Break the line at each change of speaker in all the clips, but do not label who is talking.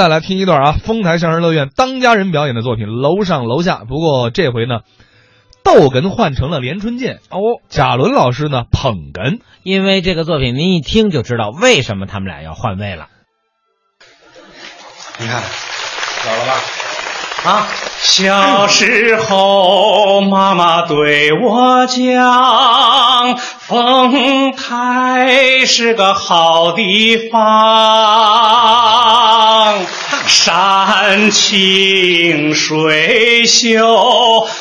再来听一段啊，丰台相声乐院当家人表演的作品《楼上楼下》。不过这回呢，逗哏换成了连春建哦，贾伦老师呢捧哏。
因为这个作品，您一听就知道为什么他们俩要换位了。
你看，有了吧？啊，小时候妈妈对我讲，丰台是个好地方，山清水秀，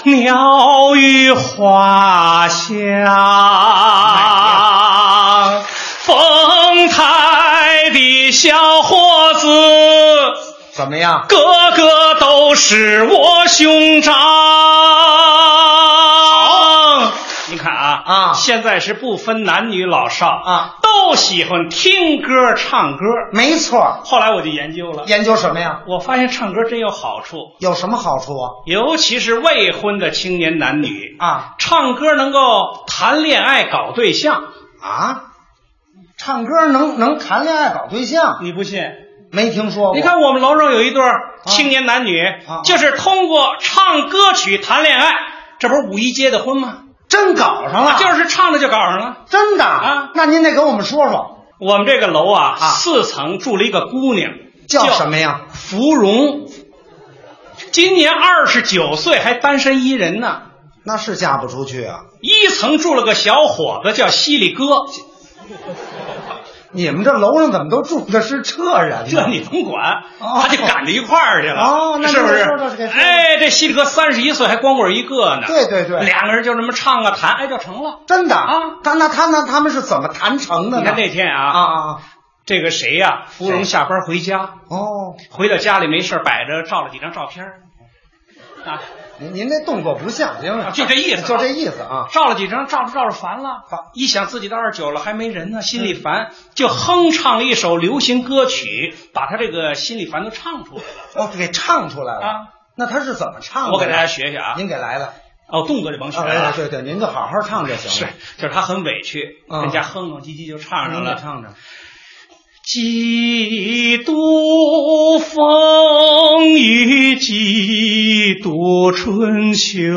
鸟语花香，丰台的小伙子。
怎么样？
个个都是我兄长。好，你看啊
啊
现在是不分男女老少
啊，
都喜欢听歌唱歌。
没错，
后来我就研究了，
研究什么呀？
我发现唱歌真有好处，
有什么好处啊？
尤其是未婚的青年男女，
啊
唱歌能够谈恋爱、搞对象。
啊，唱歌能能谈恋爱搞对象？
你不信？
没听说过？
你看我们楼上有一对儿青年男女，
哦啊
就是通过唱歌曲谈恋爱，这不是五一结的婚吗？
真搞上了，
就是唱着就搞上了。
真的
啊
那您得给我们说说
我们这个楼啊，
啊
四层住了一个姑娘，
叫什么？呀？
芙蓉，今年二十九岁，还单身一人呢。
那是嫁不出去啊！
一层住了个小伙子，叫犀利哥，
你们这楼上怎么都住的是这人呢？
这你甭管，
哦
他就赶到一块儿去了，
哦那
是不是？
那说说这个
哎，这犀利哥三十一岁，还光棍一个呢。
对对对
两个人就这么唱啊弹，哎，就成了。
真的
啊？
他那他那他们是怎么谈成的
你
呢
看？那天
啊
啊，
啊啊！
这个谁呀、芙蓉下班回家，
哦，
回到家里没事儿摆着照了几张照片儿啊。
您您这动作不像，行
啊
吗？
就这意思啊
就这意思啊！
照了几张，照着照着烦了
烦，
一想自己到二十九了还没人呢，心里烦，就哼唱了一首流行歌曲，把他这个心里烦都唱出来了。
哦，给唱出来了
啊！
那他是怎么唱的？
我给大家学学啊，
您给来了。
哦，动作就甭学
啊
了，
对对，您就好好唱就行
是
了。，
就是他很委屈，
嗯
人家哼哼唧唧就唱上
您给
了。
唱唱。
几度风雨几度春秋，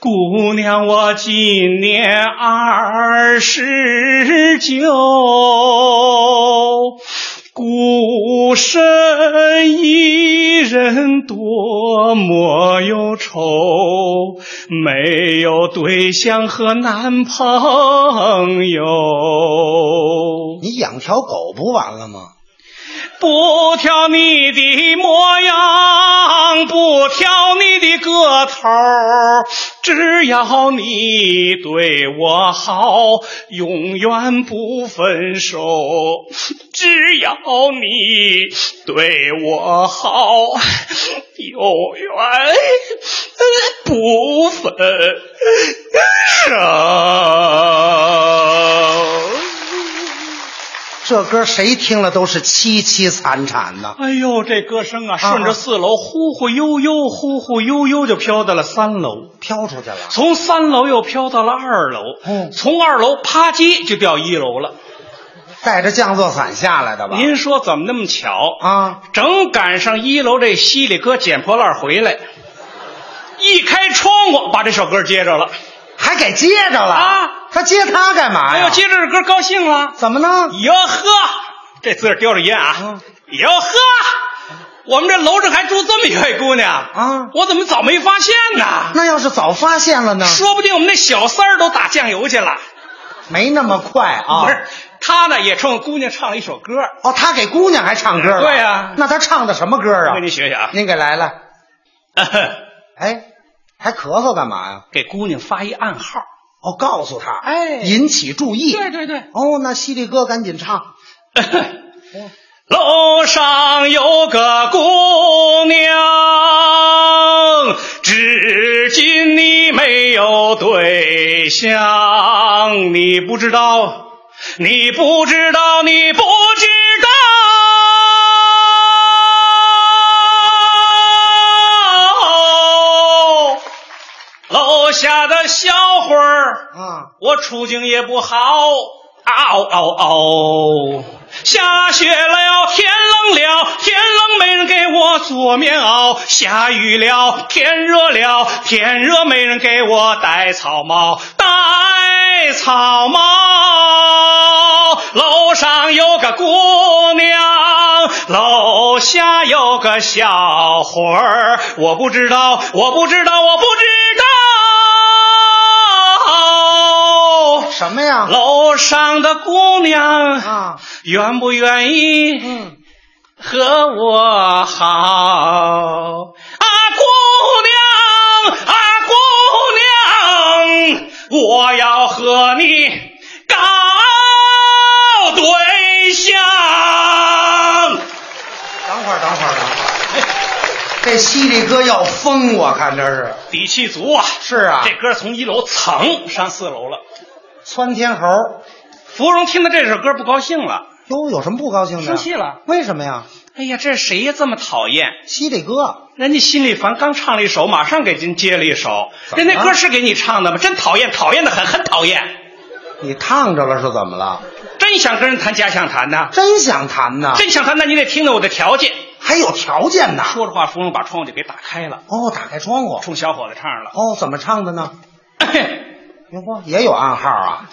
姑娘我今年二十九，孤身一人多么忧愁，没有对象和男朋友。
你养条狗不完了吗？
不挑你的模样，不挑你的个头儿，只要你对我好，永远不分手。只要你对我好，永远不分手。
这歌谁听了都是凄凄惨惨的。
哎呦，这歌声啊，顺着
啊
四楼忽忽悠悠、忽忽悠悠就飘到了三楼，
飘出去了，
从三楼又飘到了二楼，
嗯
从二楼啪叽就掉一楼了。
带着降落伞下来的吧？
您说怎么那么巧？
啊，
正赶上一楼这犀利哥捡破烂回来，一开窗户把这首歌接着了。
还给接着了
啊？
他接他干嘛
哎
呀？
呦，接着这歌高兴了，
怎么呢？
哟呵，这自个儿叼着烟啊
嗯，
哟呵。我们这楼上还住这么一位姑娘
啊
我怎么早没发现呢？
那要是早发现了呢？
说不定我们那小三儿都打酱油去了。
没那么快啊
不。是，他呢也冲姑娘唱了一首歌，
哦，他给姑娘还唱歌了。
对呀
那他唱的什么歌
我
啊
给？您学学啊。
您给来了。哎，还咳嗽干嘛呀？
给姑娘发一暗号。
哦，告诉他，
哎
引起注意。
对对。
哦，那犀利哥赶紧唱。
楼上有个姑娘，至今你没有对象，你不知道，你不知道，你不知道。楼下的小伙儿，
啊，啊
我处境也不好，嗷嗷嗷！下雪了，天冷了，天冷没人给我做棉袄；下雨了，天热了，天热没人给我戴草帽，戴草帽。楼上有个姑娘，楼下有个小伙儿，我不知道，我不知道，我不知道。
什么呀？
楼上的姑娘
啊，
愿不愿意
嗯，
和我好？啊，姑娘啊，姑娘，我要和你搞对象。
等会儿，等会儿，等会儿，这犀利哥要疯，我看这是
底气足啊！
是啊
这歌从一楼噌上四楼了。
窜天猴。
芙蓉听到这首歌不高兴了，
哟，有什么不高兴的？
生气了？
为什么呀？
哎呀，这谁呀这么讨厌？
犀利哥，
人家心里烦，刚唱了一首，马上给您接了一首。
怎么
人家
了
歌是给你唱的吗？真讨厌，讨厌的很，很讨厌。
你烫着了是怎么了？
真想跟人谈假想谈呐，
真想谈呐，
真想谈，那你得听听我的条件。
还有条件呐。
说着话，芙蓉把窗户就给打开了，
哦，打开窗户。
冲小伙子唱上了。
哦，怎么唱的 呢？哟嚯，也有暗号啊！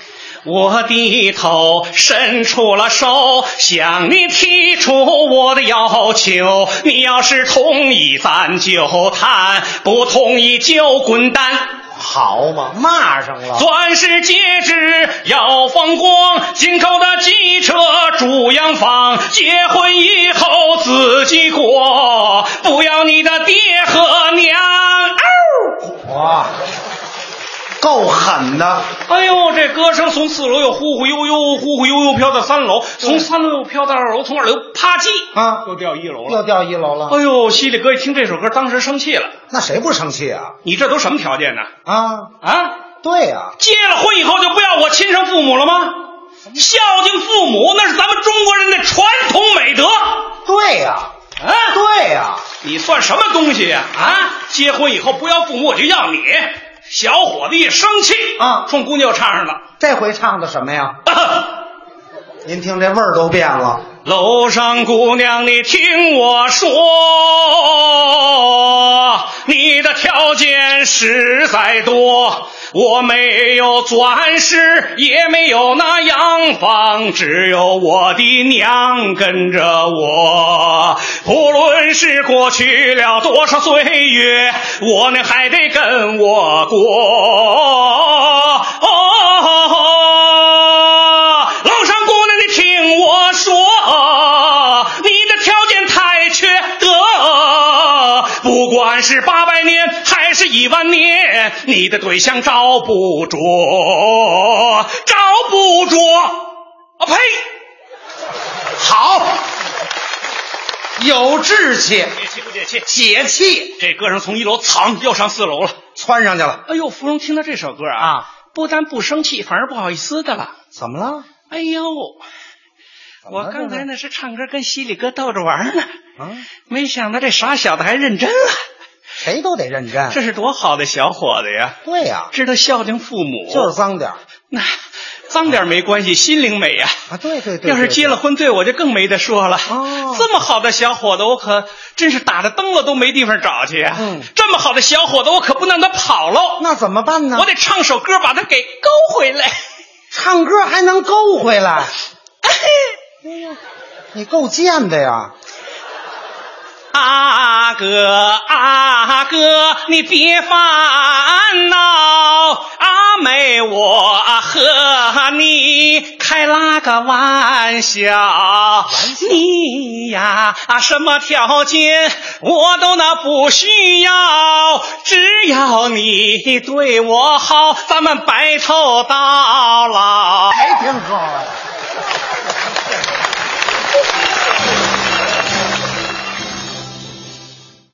我低头伸出了手，向你提出我的要求。你要是同意，咱就谈；不同意就滚蛋。
好嘛，骂上了。
钻石戒指要放光，进口的机车住洋房，结婚以后自己过，不要你的爹和娘。嗷
哇，够狠的！
哎呦，这歌声从四楼又忽忽悠悠、忽忽悠悠飘到三楼，从三楼又飘到二楼，从二楼又啪叽
啊
又掉一楼
又
了。
掉一楼了。
哎呦，犀利哥一听这首歌，当时生气了。
那谁不生气啊？
你这都什么条件呢？
啊，
啊，
对呀、
结了婚以后就不要我亲生父母了吗？孝敬父母那是咱们中国人的传统美德啊！
对呀、对呀、
你算什么东西呀、啊？结婚以后不要父母，我就要你。小伙子一生气
啊
冲姑娘又唱上了。
这回唱的什么呀？您听这味儿都变了。
楼上姑娘，你听我说，你的条件实在多。我没有钻石，也没有那洋房，只有我的娘跟着我。无论是过去了多少岁月，我那还得跟我过。哦，楼上姑娘，你听我说，你的条件太缺德，不管是八百年还是一万年，你的对象找不着，找不着。啊呸！
好，有志气，
解气不解气？
解气，
这歌声从一楼藏又上四楼了。
窜上去了。
哎呦，芙蓉听到这首歌啊，不但不生气，反而不好意思的了。
怎么了？
哎呦，
怎么
我
了
刚才那是唱歌跟犀利哥逗着玩呢，
啊，
没想到这傻小子还认真了，
谁都得认真。
这是多好的小伙子呀！
对呀、
知道孝敬父母，
就是脏点儿
那脏点没关系，心灵美呀、
啊。对对对
要是
对
结了婚，对我就更没得说了。
哦
这么好的小伙子，我可真是打着灯笼都没地方找去呀、啊
嗯
这么好的小伙子，我可不能让他跑喽。
那怎么办呢？
我得唱首歌把他给勾回来。
唱歌还能勾回来。哎呀你够贱的呀！
阿哥，阿哥，你别烦恼，阿妹我和你开了个玩笑，你呀，啊什么条件我都那不需要，只要你对我好，咱们白头到
哎啊